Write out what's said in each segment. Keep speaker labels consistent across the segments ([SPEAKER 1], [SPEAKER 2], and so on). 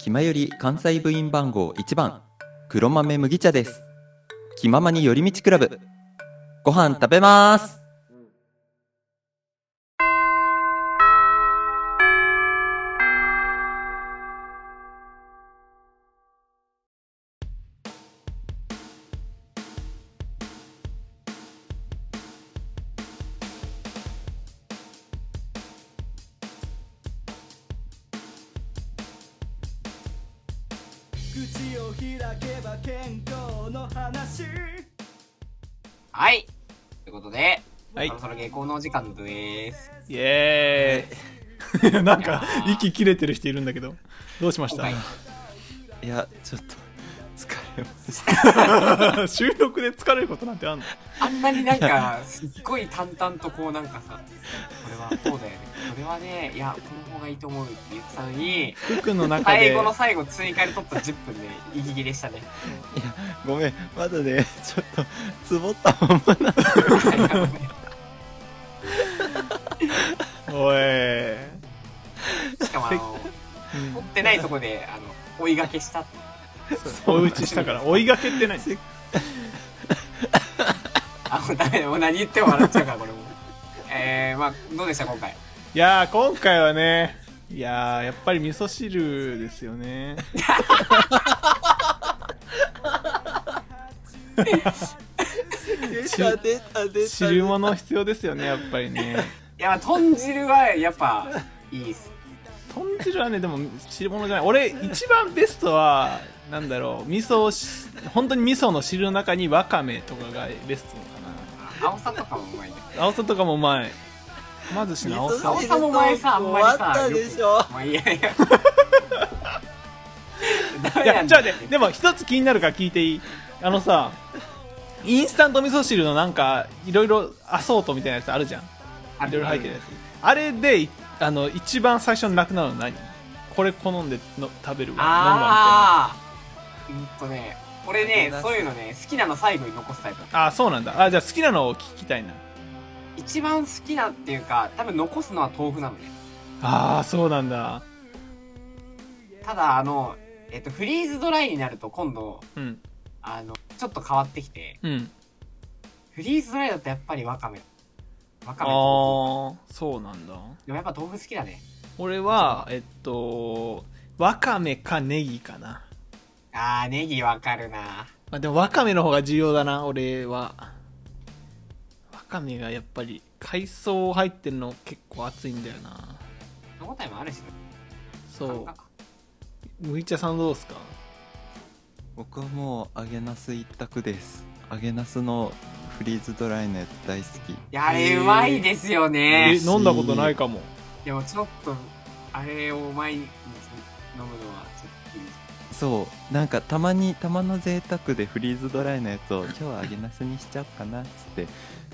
[SPEAKER 1] 気まより関西部員番号1番黒豆麦茶です気ままに寄り道クラブご飯食べます
[SPEAKER 2] 口を開けば健康の話
[SPEAKER 3] はい。ということで、
[SPEAKER 4] はい
[SPEAKER 3] そろそろ下校のお時間です。
[SPEAKER 4] イエーイ なんか息切れてる人いるんだけどどうしまし
[SPEAKER 3] 今回、
[SPEAKER 4] た
[SPEAKER 1] いやちょっと疲れました
[SPEAKER 4] 収録で疲れることなんてあんの
[SPEAKER 3] あんなになんか、すっごい淡々とこうなんかさ、これはこうだよね。これはね、いや、この方がいいと思うって言ってたのに、
[SPEAKER 4] 服の中
[SPEAKER 3] 最
[SPEAKER 4] で
[SPEAKER 3] 後の最後追加で撮った10分で息切れし たね。
[SPEAKER 1] ごめんまだねちょっとつぼったままな
[SPEAKER 4] おい
[SPEAKER 3] しかもあの、撮ってないとこで、あの、追いがけしたって。
[SPEAKER 4] おうちしたから追いがけってない
[SPEAKER 3] あ、もうダメだ。もう何言っても笑っちゃうから、これもう。えー、まあ、どうでした、今回。
[SPEAKER 4] いやー今回はねいやーやっぱり味噌汁ですよね
[SPEAKER 1] 出た出た出た
[SPEAKER 4] 汁物必要ですよねやっぱりね
[SPEAKER 3] いや、まあ、豚汁はやっぱ、いいっす。
[SPEAKER 4] 豚汁はねでも汁物じゃない俺一番ベストはなんだろう味噌をし本当に味噌の汁の中にわかめとかがベストか
[SPEAKER 3] 青さとかもうまいね。
[SPEAKER 4] な青さとかもうまいまずしの青さ
[SPEAKER 3] 青さも前さ、あんまりさ、
[SPEAKER 1] 終わったでしょ
[SPEAKER 3] よくもういやいや。ダ
[SPEAKER 4] い
[SPEAKER 3] メな
[SPEAKER 4] や
[SPEAKER 3] ん
[SPEAKER 4] じゃあ
[SPEAKER 3] だ
[SPEAKER 4] ねでも一つ気になるから聞いていいあのさインスタント味噌汁のなんかいろいろアソートみたいなやつあるじゃん
[SPEAKER 3] あ
[SPEAKER 4] いろいろ入ってるやつあれであの一番最初になくなるの何これ好んでの食べるわ飲むわ
[SPEAKER 3] あーうんとね、俺ね、そういうのね、好きなの最後に残すタイプ。
[SPEAKER 4] みたいなあそうなんだあじゃあ好きなのを聞きたいな
[SPEAKER 3] 一番好きなっていうか、多分残すのは豆腐なのね。
[SPEAKER 4] ああそうなんだ
[SPEAKER 3] ただ、あの、えっと、フリーズドライになると今度、
[SPEAKER 4] うん
[SPEAKER 3] あの、ちょっと変わってきて、
[SPEAKER 4] うん
[SPEAKER 3] フリーズドライだとやっぱりわかめ。わか
[SPEAKER 4] ああ
[SPEAKER 3] めと
[SPEAKER 4] ーそうなんだ
[SPEAKER 3] でもやっぱ豆腐好きだね。
[SPEAKER 4] 俺はえっとわかめかネギかな、
[SPEAKER 3] あー、ネギわかるな。
[SPEAKER 4] まあ、でもわかめの方が重要だな俺はわかめがやっぱり海藻入ってるの結構熱いんだよな
[SPEAKER 3] 歯応えもあるしね、
[SPEAKER 4] そ
[SPEAKER 3] 感覚
[SPEAKER 4] う麦茶さんどうですか
[SPEAKER 1] 僕はもう揚げナス一択です揚げナスのフリーズドライのやつ大好き
[SPEAKER 3] いや、あれ、うまいですよね。
[SPEAKER 4] え飲んだことないかも
[SPEAKER 3] でも、ちょっと、あれを毎日飲むのは、ちょっと厳しい、
[SPEAKER 1] そうなんかたまにたまの贅沢でフリーズドライのやつを今日は揚げなすにしちゃおうかなっつって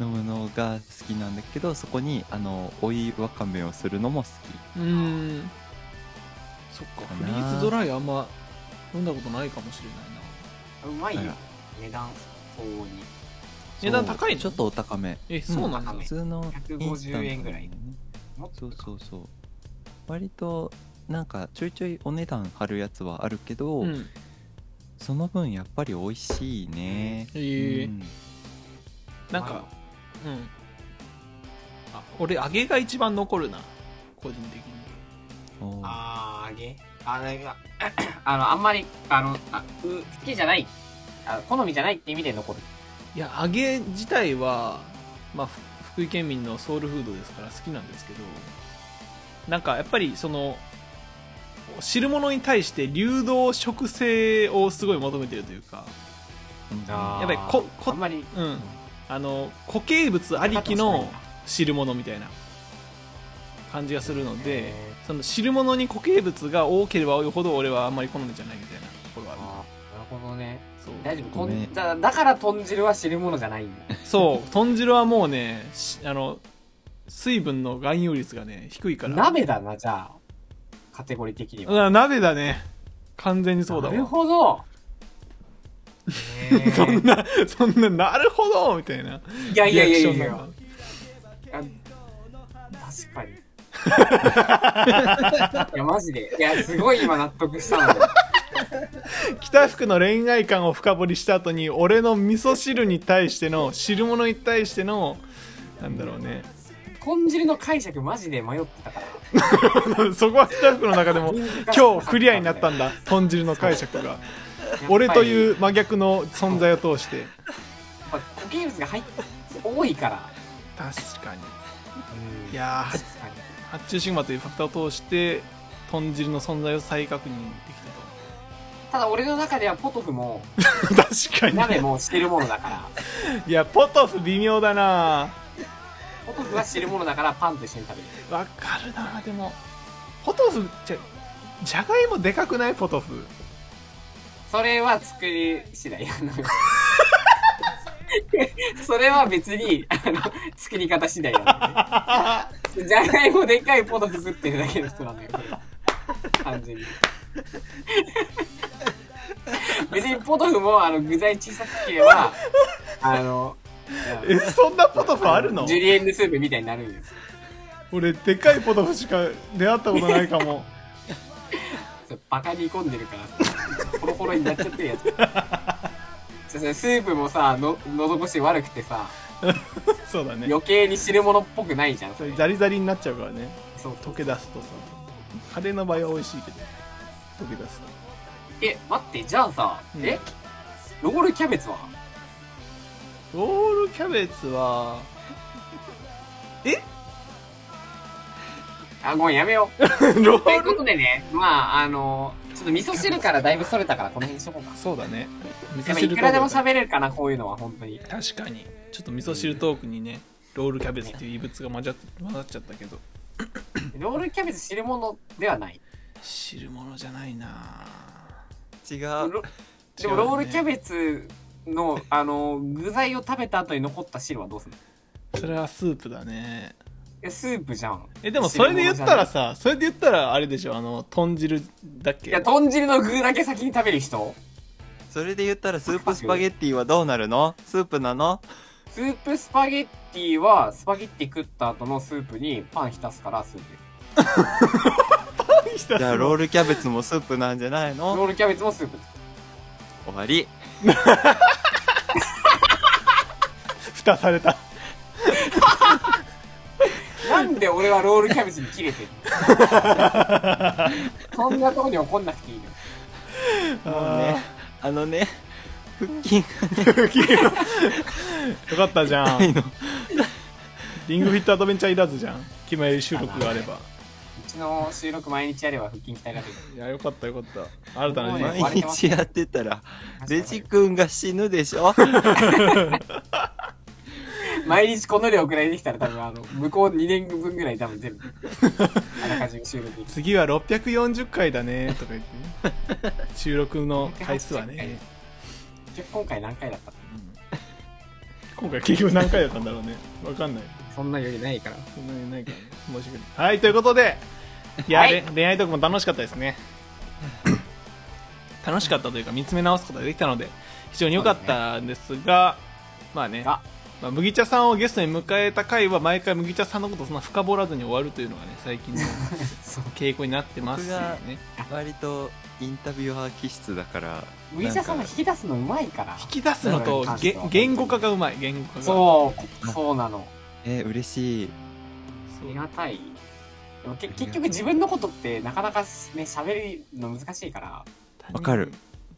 [SPEAKER 1] 飲むのが好きなんだけどそこにあの追いわかめをするのも好
[SPEAKER 4] うーんそっか
[SPEAKER 1] か
[SPEAKER 4] フ
[SPEAKER 1] な
[SPEAKER 4] リーズドライあんま飲んだことないかもしれないな
[SPEAKER 3] うまいよ
[SPEAKER 1] あら。
[SPEAKER 3] 値段、相応に。
[SPEAKER 1] き
[SPEAKER 4] 値段高い
[SPEAKER 1] そう
[SPEAKER 4] の
[SPEAKER 1] ちょっとお高め
[SPEAKER 4] えそうなんだ、
[SPEAKER 3] うん
[SPEAKER 1] 普通のインスタントの
[SPEAKER 3] 150円ぐらいもっ
[SPEAKER 1] そ
[SPEAKER 3] と
[SPEAKER 1] うそうそう割となんかちょいちょいお値段張るやつはあるけど、
[SPEAKER 4] うん
[SPEAKER 1] その分やっぱり美味しいね、
[SPEAKER 4] え
[SPEAKER 1] う
[SPEAKER 4] ー
[SPEAKER 1] ん
[SPEAKER 4] なんか、うん。あ、俺、揚げが一番残るな。個人的に。
[SPEAKER 1] おう
[SPEAKER 3] あー、揚げあの、いや あの、あんまり、あの、あう好きじゃない。あ好みじゃないって意味で残る。
[SPEAKER 4] いや、揚げ自体は、まあ、ふ福井県民のソウルフードですから好きなんですけど、なんか、やっぱり、その、汁物に対して流動食性をすごい求めてるというか、
[SPEAKER 1] うん
[SPEAKER 3] あー
[SPEAKER 4] やっぱりここ
[SPEAKER 3] あんまり、
[SPEAKER 4] うん。あの、固形物ありきの汁物みたいな感じがするので、その汁物に固形物が多ければ多いほど俺はあんまり好みじゃないみたいなところはある
[SPEAKER 3] あーなるほどね。
[SPEAKER 4] そう
[SPEAKER 3] 大丈夫。
[SPEAKER 1] ご
[SPEAKER 3] と
[SPEAKER 1] めん
[SPEAKER 3] んだだから、豚汁は汁物じゃないんだ。
[SPEAKER 4] そう豚汁はもうねしあの水分の含有率がね低いから
[SPEAKER 3] 鍋だな、じゃあ。カテゴリー的には。
[SPEAKER 4] うん鍋だね完全にそうだ
[SPEAKER 3] なる
[SPEAKER 4] わ
[SPEAKER 3] ほど。
[SPEAKER 4] そんなそんななるほどみたいない
[SPEAKER 3] やい
[SPEAKER 4] リ
[SPEAKER 3] や
[SPEAKER 4] アク
[SPEAKER 3] いや
[SPEAKER 4] ショ
[SPEAKER 3] い
[SPEAKER 4] ン
[SPEAKER 3] やい
[SPEAKER 4] な
[SPEAKER 3] や
[SPEAKER 4] ん。だ
[SPEAKER 3] あ確かに。いや、マジで。いや、すごい今納得したのよ。
[SPEAKER 4] 北福の恋愛観を深掘りした後に俺の味噌汁に対しての汁物に対してのなんだろうね
[SPEAKER 3] 豚汁の解釈マジで迷ってたから。
[SPEAKER 4] そこは北福の中で も今日クリアになったんだ豚汁の解釈が俺と
[SPEAKER 3] う。
[SPEAKER 4] いう真逆の存在を通して
[SPEAKER 3] やっぱ固形物が入って多いから。
[SPEAKER 4] 確かに
[SPEAKER 3] うん
[SPEAKER 4] いやー
[SPEAKER 3] 確かに
[SPEAKER 4] 発注シグマというファクターを通して豚汁の存在を再確認で
[SPEAKER 3] ただ俺の中ではポトフも
[SPEAKER 4] きたと 確か
[SPEAKER 3] 鍋も汁物だから
[SPEAKER 4] にいやポトフ微妙だな
[SPEAKER 3] ポトフは汁物だからパンと一緒に食べる
[SPEAKER 4] わかるなでもポトフじゃじゃがいもでかくないポトフ
[SPEAKER 3] それは作り次第あの それは別にあの作り方次第なんでねじゃがいもでっかいポトフ食ってるだけの人なんだよこれは完全に別にポトフもあの具材小さく切ればあの
[SPEAKER 4] えそんなポトフあるの
[SPEAKER 3] ジュリエンヌスープみたいになるんです
[SPEAKER 4] 俺でかいポトフしか出会ったことないかも
[SPEAKER 3] そうバカに込んでるからホロホロになっちゃってるやつそうそうスープもさの喉越し悪くてさ
[SPEAKER 4] そうだね
[SPEAKER 3] 余計に汁物っぽくないじゃんそ
[SPEAKER 4] そ
[SPEAKER 3] れ
[SPEAKER 4] れザリザリになっちゃうからね
[SPEAKER 3] そう
[SPEAKER 4] 溶け出すとさカレーの場合は美味しいけど溶け出すと
[SPEAKER 3] え待ってじゃあさ、
[SPEAKER 4] うん
[SPEAKER 3] えロールキャベツは
[SPEAKER 4] ロールキャベツはえ
[SPEAKER 3] あごめんやめよ う
[SPEAKER 4] ロ
[SPEAKER 3] とい
[SPEAKER 4] ー
[SPEAKER 3] うことでねまああのちょっと味噌汁からだいぶそれたからこの辺にしとこうか
[SPEAKER 4] そうだね 味
[SPEAKER 3] やっぱいくらでも
[SPEAKER 4] トーク
[SPEAKER 3] 喋れるかなこういうのは本当に
[SPEAKER 4] だね確かにちょっと味噌汁トークにねロールキャベツっていう異物が混ざっ混ざっちゃったけど
[SPEAKER 3] ロールキャベツ汁物ではない
[SPEAKER 4] 汁物じゃないな
[SPEAKER 1] 違う
[SPEAKER 3] ロで
[SPEAKER 4] 違
[SPEAKER 3] も
[SPEAKER 4] うね
[SPEAKER 3] ロールキャベツのあの具材を食べた後に残った汁はどうするの
[SPEAKER 4] それはスープだね
[SPEAKER 3] えスープじゃん
[SPEAKER 4] えでもそれで言ったらさそれで言ったらあれでしょあの豚汁だっ
[SPEAKER 3] い
[SPEAKER 4] け
[SPEAKER 3] や豚汁の具だけ先に食べる人
[SPEAKER 1] それで言ったらスープスパゲッティはどうなるのスープなの
[SPEAKER 3] スープスパゲッティはスパゲッティ食った後のスープにパン浸すからスープ
[SPEAKER 4] ひたす
[SPEAKER 1] じ
[SPEAKER 4] ら
[SPEAKER 1] ゃあ ロールキャベツもスープなんじゃないの
[SPEAKER 3] ロールキャベツもスープ
[SPEAKER 1] 終わり
[SPEAKER 4] 蓋された
[SPEAKER 3] なんで俺はロールキャベツに切 れてるのそんなとこに怒んなくていいの
[SPEAKER 1] もうねあのね腹筋が
[SPEAKER 4] よかったじゃ
[SPEAKER 1] ない
[SPEAKER 4] ん
[SPEAKER 1] の
[SPEAKER 4] リングフィットアドベンチャーいらずじゃん決まり収録があれば
[SPEAKER 3] うちの収録毎日やれば腹筋鍛えられる
[SPEAKER 4] いやよかったよかった新たな人生
[SPEAKER 1] 毎日やってたらデジ君が死ぬでしょ
[SPEAKER 3] 毎日この量くらいできたら多分あの向こう2年分ぐらい多分 全部あらかじめ収録できる
[SPEAKER 4] 次は640回だねとか言ってね 収録の回数はね
[SPEAKER 3] 10今回何回だった
[SPEAKER 4] 今回結局何回だったんだろうねわかんない
[SPEAKER 3] そんな余裕ないから
[SPEAKER 4] そんなにないからね申し訳ないはいということでいや、
[SPEAKER 3] はい
[SPEAKER 4] れ恋愛トークも楽しかったですね 楽しかったというか見つめ直すことができたので非常に良かったんですがまあね
[SPEAKER 3] あ
[SPEAKER 4] まあ、麦茶さんをゲストに迎えた回は毎回麦茶さんのことをそんな深掘らずに終わるというのがね最近の
[SPEAKER 3] そう
[SPEAKER 4] 傾向になってますよね
[SPEAKER 1] 割とインタビュアー気質だから
[SPEAKER 3] 麦茶さんが引き出すのうまいから
[SPEAKER 4] 引き出すのと
[SPEAKER 3] なんか
[SPEAKER 4] げ言語化がうまい言語化が
[SPEAKER 3] そうそうなの
[SPEAKER 1] えー嬉しい
[SPEAKER 3] あ
[SPEAKER 4] そう
[SPEAKER 3] りがたいでもけ結局自分のことってなかなかね喋るの難しいから
[SPEAKER 4] 他人
[SPEAKER 1] わかる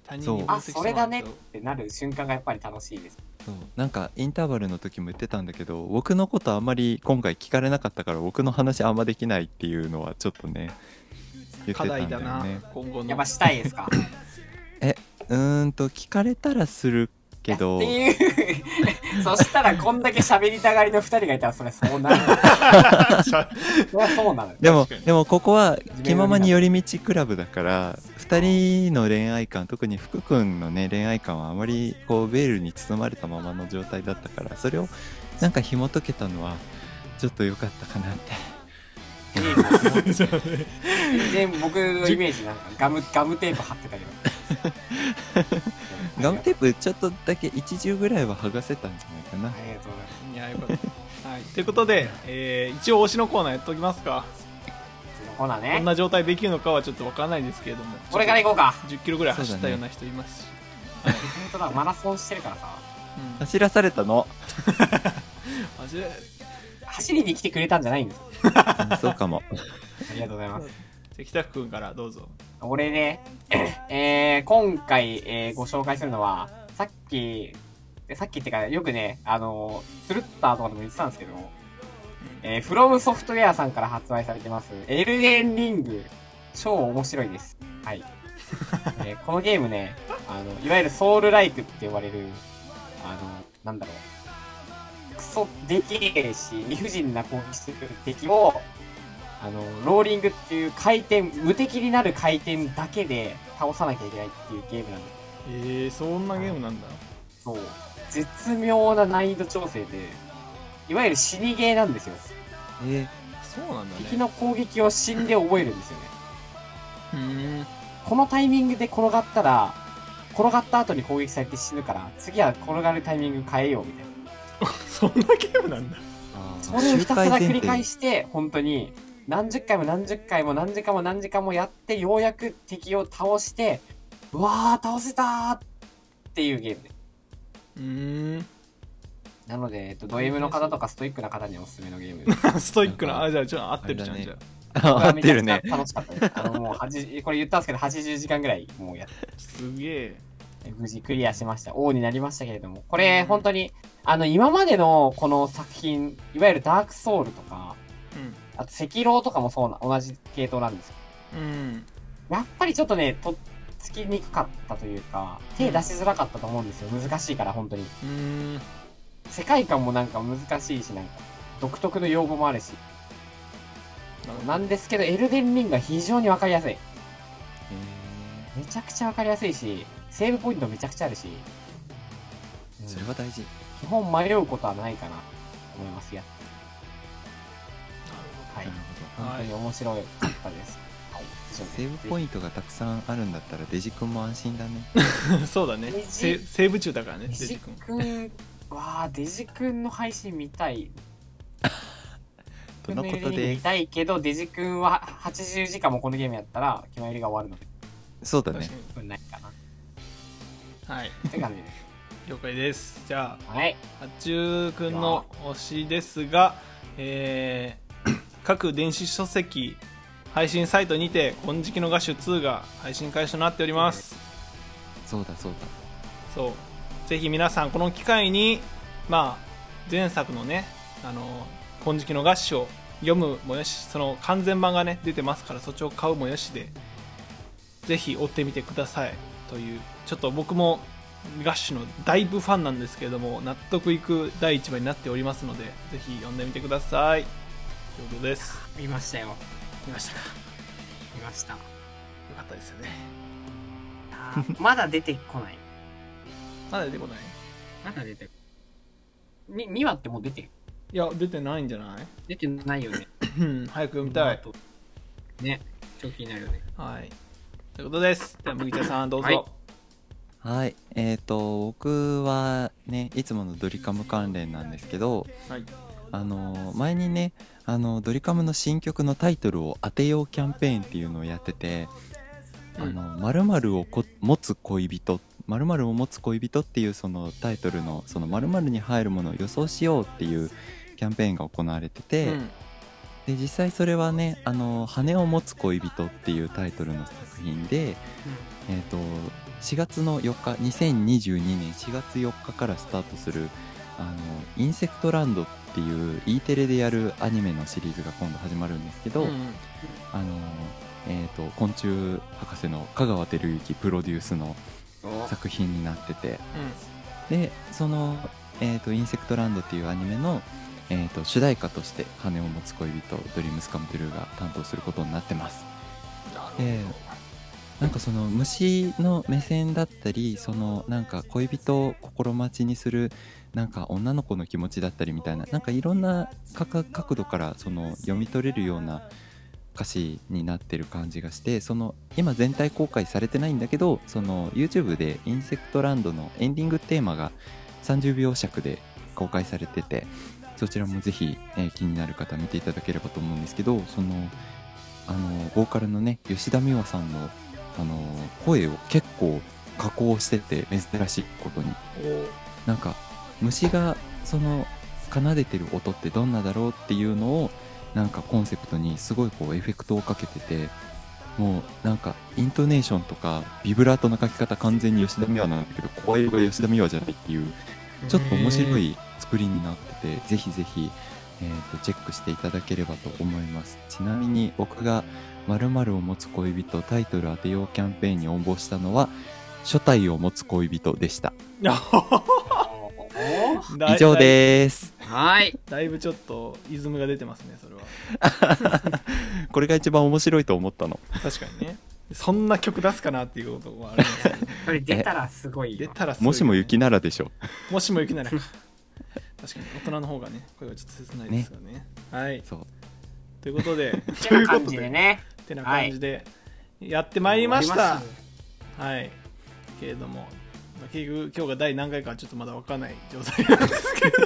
[SPEAKER 4] 他人に分析
[SPEAKER 3] あ
[SPEAKER 4] してもら
[SPEAKER 3] それ
[SPEAKER 4] うと
[SPEAKER 3] だねってなる瞬間がやっぱり楽しいです
[SPEAKER 1] そうなんかインターバルの時も言ってたんだけど僕のことあんまり今回聞かれなかったから僕の話あんまできないっていうのはちょっとね言ってた
[SPEAKER 4] 課
[SPEAKER 1] んだよ
[SPEAKER 4] 題だな、
[SPEAKER 1] ね
[SPEAKER 4] 今後の
[SPEAKER 3] やっぱしたいですか
[SPEAKER 1] うーんと聞かれたらするけど
[SPEAKER 3] っていう そしたらこんだけ喋りたがりの2人がいたらそれそうなる それはそうなる
[SPEAKER 1] でも
[SPEAKER 4] 確かに
[SPEAKER 1] でもここは
[SPEAKER 3] 面目
[SPEAKER 1] 気ままに寄り道クラブだから2人の恋愛観特に福君のね恋愛観はあまりこうベールに包まれたままの状態だったからそれをなんか紐解けたのはちょっと良かったかなって
[SPEAKER 3] で僕のイメージなんかガムガムテープ貼ってたけど
[SPEAKER 1] ガムテープちょっとだけ一重ぐらいは剥がせたんじゃないかな
[SPEAKER 3] ありがとうございます
[SPEAKER 4] いやよかった、はい、ということで、えー一応推しのコーナーやっておきますか
[SPEAKER 3] ほな
[SPEAKER 4] こん
[SPEAKER 3] ね
[SPEAKER 4] な状態できるのかはちょっとわからないですけれども
[SPEAKER 3] これから行こうか
[SPEAKER 4] 1 0キロぐらい走ったような人いますし、
[SPEAKER 3] 本当だマラソンしてるからさ
[SPEAKER 4] うん
[SPEAKER 1] 走らされたの
[SPEAKER 4] 走れ
[SPEAKER 3] 走りに来てくれたんじゃないんです
[SPEAKER 1] うんそうかも
[SPEAKER 3] ありがとうございます
[SPEAKER 4] じゃあ北くんからどうぞ
[SPEAKER 3] 俺ね、えー今回、えーご紹介するのは、さっき、えさっきってか、よくね、あのー、スルッターとかでも言ってたんですけども、えー、フロムソフトウェアさんから発売されてます、エルデンリング、超面白いです。はい。えーこのゲームね、あの、いわゆるソウルライクって呼ばれる、あの、なんだろう、クソでけえし、理不尽な攻撃してくる敵を、あの、ローリングっていう回転、無敵になる回転だけで倒さなきゃいけないっていうゲームなんで
[SPEAKER 4] えー、そんなゲームなんだ
[SPEAKER 3] すそう。絶妙な難易度調整で、いわゆる死にゲーなんですよ。
[SPEAKER 1] え
[SPEAKER 4] そうなんだね
[SPEAKER 3] 敵の攻撃を死んで覚えるんですよね。
[SPEAKER 4] うーん
[SPEAKER 3] このタイミングで転がったら、転がった後に攻撃されて死ぬから、次は転がるタイミング変えようみたいな。
[SPEAKER 4] そんなゲームなんだ
[SPEAKER 3] それをひたすら繰り返して、本当に、何十回も何十回も何時間も何時間もやって、ようやく敵を倒して、うわー、倒せたーっていうゲームです。
[SPEAKER 4] うーん
[SPEAKER 3] なので、えっと、ド M の方とかストイックな方におすすめのゲー ムです。
[SPEAKER 4] ストイックなあじゃあちょっと合ってるじゃん、
[SPEAKER 1] あれ
[SPEAKER 4] じ
[SPEAKER 1] だ
[SPEAKER 4] ゃ
[SPEAKER 1] ねあ合ってるね
[SPEAKER 3] これはめちゃくちゃ楽しかったです。あの、もう、8これ言ったんですけど、80時間ぐらい、もうやっ
[SPEAKER 4] あすげえ
[SPEAKER 3] 無事クリアしました。王になりましたけれども、これ、本当に、あの、今までのこの作品、いわゆるダークソウルとか、あと、赤狼とかもそうな、同じ系統なんですけど
[SPEAKER 4] うんうん
[SPEAKER 3] やっぱりちょっとね、とっつきにくかったというか、手出しづらかったと思うんですよ。難しいから、本当に。
[SPEAKER 4] うーん
[SPEAKER 3] 世界観もなんか難しいし、なんか、独特の用語もあるし。なんですけど、エルデンリングが非常にわかりやすい。めちゃくちゃわかりやすいし、セーブポイントめちゃくちゃあるし、う ん
[SPEAKER 1] それは大事
[SPEAKER 3] 基本迷うことはないかな、と思います。やっはい。本当に面白かったです。はい。以上です
[SPEAKER 1] セーブポ
[SPEAKER 3] イン
[SPEAKER 1] イントがたくさんあるんだったらデジ君も安心だね
[SPEAKER 4] そうだね
[SPEAKER 3] デジ
[SPEAKER 4] セセーブ中だからね
[SPEAKER 3] デ
[SPEAKER 4] デジ
[SPEAKER 3] ジ
[SPEAKER 4] 君
[SPEAKER 3] 君、わあデジ君の配信見たい。
[SPEAKER 1] とのことで
[SPEAKER 3] 見
[SPEAKER 1] す
[SPEAKER 3] たいけど、デジ君は80時間もこのゲームやったら、決まりが終わるので、
[SPEAKER 1] そうだ
[SPEAKER 4] 確
[SPEAKER 1] ね
[SPEAKER 4] か
[SPEAKER 3] これないかな。
[SPEAKER 4] にはい
[SPEAKER 3] って感じです。
[SPEAKER 4] 了解ですじゃあ
[SPEAKER 3] はい。
[SPEAKER 4] 八中くんの推しですが、えー各電子書籍配信サイトにて「金色の画手2」が配信開始となっております
[SPEAKER 1] そうだそうだ
[SPEAKER 4] そうぜひ皆さんこの機会に、まあ、前作のね「あの金色の画手」を読むもよしその完全版がね出てますからそっちを買うもよしでぜひ追ってみてくださいというちょっと僕もガッシュのだいぶファンなんですけれども納得いく第一話になっておりますのでぜひ読んでみてくださいということです
[SPEAKER 3] 見ましたよ。
[SPEAKER 4] 見ましたかよ
[SPEAKER 3] 見ました。
[SPEAKER 4] かったですよね
[SPEAKER 3] まだ出てこない。
[SPEAKER 4] まだ出てこない
[SPEAKER 3] まだ出てこない。2話ってもう出てる
[SPEAKER 4] いや出てないんじゃない
[SPEAKER 3] 出てないよね。
[SPEAKER 4] うん早く読みたい。
[SPEAKER 3] ね。超気になるよね。
[SPEAKER 4] はい。ということです。では、麦茶さん、どうぞ。
[SPEAKER 3] はい
[SPEAKER 1] はいえっ、と僕はねいつものドリカム関連なんですけど
[SPEAKER 4] はい。
[SPEAKER 1] あの前にねあのドリカムの新曲のタイトルを当てようキャンペーンっていうのをやってて「
[SPEAKER 4] うん
[SPEAKER 1] あの〇〇をこ持つ恋人」〇〇を持つ恋人っていうそのタイトルのその〇〇に入るものを予想しようっていうキャンペーンが行われてて、
[SPEAKER 4] うん
[SPEAKER 1] で実際それはね「あの羽を持つ恋人」っていうタイトルの作品で、えー、と4月の4日2022年4月4日からスタートする「あのインセクトランド」っていう E テレでやるアニメのシリーズが今度始まるんですけど、
[SPEAKER 4] うん
[SPEAKER 1] あのえー、と昆虫博士の香川照之プロデュースの作品になっててでその、えーと「インセクトランド」っていうアニメの、えーと主題歌として「羽を持つ恋人ドリームスカムトゥルー」が担当することになってますでなんかその虫の目線だったりそのなんか恋人を心待ちにするなんか女の子の気持ちだったりみたいななんかいろんな角角度からその読み取れるような歌詞になってる感じがしてその今全体公開されてないんだけどその YouTube で「インセクトランド」のエンディングテーマが30秒尺で公開されててそちらもぜひ、えー気になる方見ていただければと思うんですけどそのあのボーカルのね吉田美和さんのあの声を結構加工してて珍しいことになんか虫がその奏でてる音ってどんなだろうっていうのをなんかコンセプトにすごいこうエフェクトをかけててもうなんかイントネーションとかビブラートの書き方完全に吉田美和なんだけど声色が吉田美和じゃないっていうちょっと面白い作りになってて、ぜひぜひ、えーとチェックしていただければと思います。ちなみに僕が〇〇を持つ恋人タイトル当てようキャンペーンに応募したのは、初体を持つ恋人でした。 以上
[SPEAKER 4] す
[SPEAKER 1] です。
[SPEAKER 3] はい。
[SPEAKER 4] だいぶちょっとイズムが出てますねそれは
[SPEAKER 1] これが一番面白いと思ったの。
[SPEAKER 4] 確かにねそんな曲出すかなっていうことはありますけど
[SPEAKER 3] これ出たらすごい
[SPEAKER 4] 出
[SPEAKER 3] よ。
[SPEAKER 4] たらすごいよね
[SPEAKER 1] もしも雪ならでしょ。
[SPEAKER 4] もしも行く なら確かに大人の方がねこれはちょっと切ないですよねはい
[SPEAKER 1] そう。
[SPEAKER 4] というこ とで
[SPEAKER 3] て
[SPEAKER 4] とい
[SPEAKER 3] な
[SPEAKER 4] うこ
[SPEAKER 3] 感
[SPEAKER 4] と
[SPEAKER 3] じで
[SPEAKER 4] で
[SPEAKER 3] ね。
[SPEAKER 4] てな感じでやってまいりました、はいけれどもまあ結局今日が第何回かちょっとまだ分かんない状態なんですけど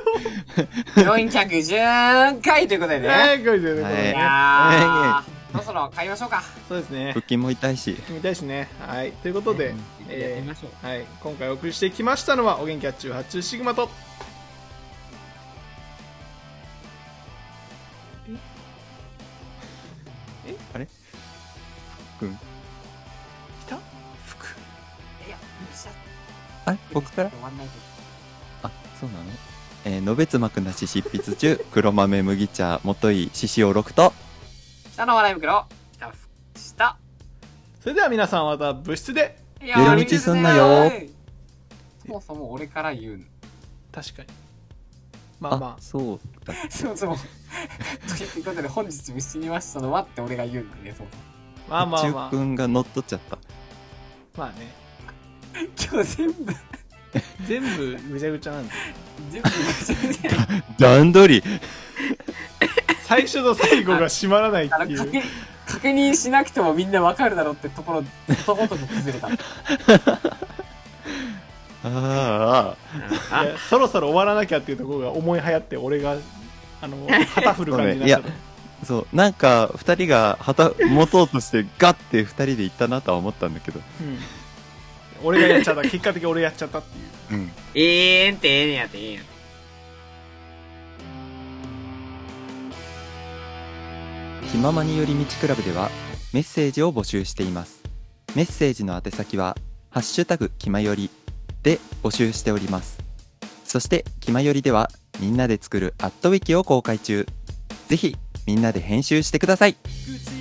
[SPEAKER 3] 410回ということで
[SPEAKER 4] は
[SPEAKER 3] ね。
[SPEAKER 4] いこれでねこれ
[SPEAKER 3] い
[SPEAKER 4] でね
[SPEAKER 3] やー、そろそろ帰りましょうか。
[SPEAKER 4] そうですね
[SPEAKER 1] 腹筋も痛いし。
[SPEAKER 4] 決めたいしねはいということで、
[SPEAKER 3] やって
[SPEAKER 4] え
[SPEAKER 3] みましょう。
[SPEAKER 4] ーはい、今回お送りしてきましたのはお元気あっちゅう発注シグマと
[SPEAKER 1] あれふっくん。
[SPEAKER 4] 北福
[SPEAKER 3] いや、終
[SPEAKER 1] あれ僕から
[SPEAKER 3] わんないけど
[SPEAKER 1] あ、そうなのえー、のべつ幕なし執筆中、黒豆麦茶、もとい、ししおろくと、
[SPEAKER 3] 下の笑い袋、下、下。
[SPEAKER 4] それでは皆さんまた部室で
[SPEAKER 3] い
[SPEAKER 1] 夜道すんなよ。
[SPEAKER 3] そもそも俺から言うの。
[SPEAKER 4] 確かにまあ
[SPEAKER 1] あ
[SPEAKER 4] ま、あ
[SPEAKER 1] そうだ。
[SPEAKER 3] そもそも。ということで本日見死にましたのはって俺が言うんだね、そも
[SPEAKER 4] まあまあまあ
[SPEAKER 1] くんが乗っ取っちゃった。
[SPEAKER 4] まあね
[SPEAKER 3] そも今日全部、
[SPEAKER 4] 全部ぐちゃぐちゃなんで
[SPEAKER 3] 全部言ってない
[SPEAKER 1] 段取り
[SPEAKER 4] 最初と最後が締まらない
[SPEAKER 3] あ
[SPEAKER 4] っ
[SPEAKER 3] の
[SPEAKER 4] て
[SPEAKER 3] 確
[SPEAKER 4] いう
[SPEAKER 3] 認確認しなくてもみんなわかるだろうってところ、ことごとく崩れた。
[SPEAKER 1] ああ、
[SPEAKER 4] いやそろそろ終わらなきゃっていうところが思いはやって俺があの旗振る感じになっちゃっ
[SPEAKER 1] そうねそう。なんか、二人が旗持とうとして、ガッて二人で行ったなとは思ったんだけど。
[SPEAKER 4] た、うん俺がやっちゃった結果的に俺やっちゃったっていう
[SPEAKER 1] うん。
[SPEAKER 3] ええんってええんやってええんや
[SPEAKER 1] 気ままに寄り道クラブでは、メッセージを募集しています。メッセージの宛先は、ハッシュタグ気まよりで募集しております。そして、気まよりでは、みんなで作るアットウィキを公開中。ぜひ、みんなで編集してください。
[SPEAKER 2] 口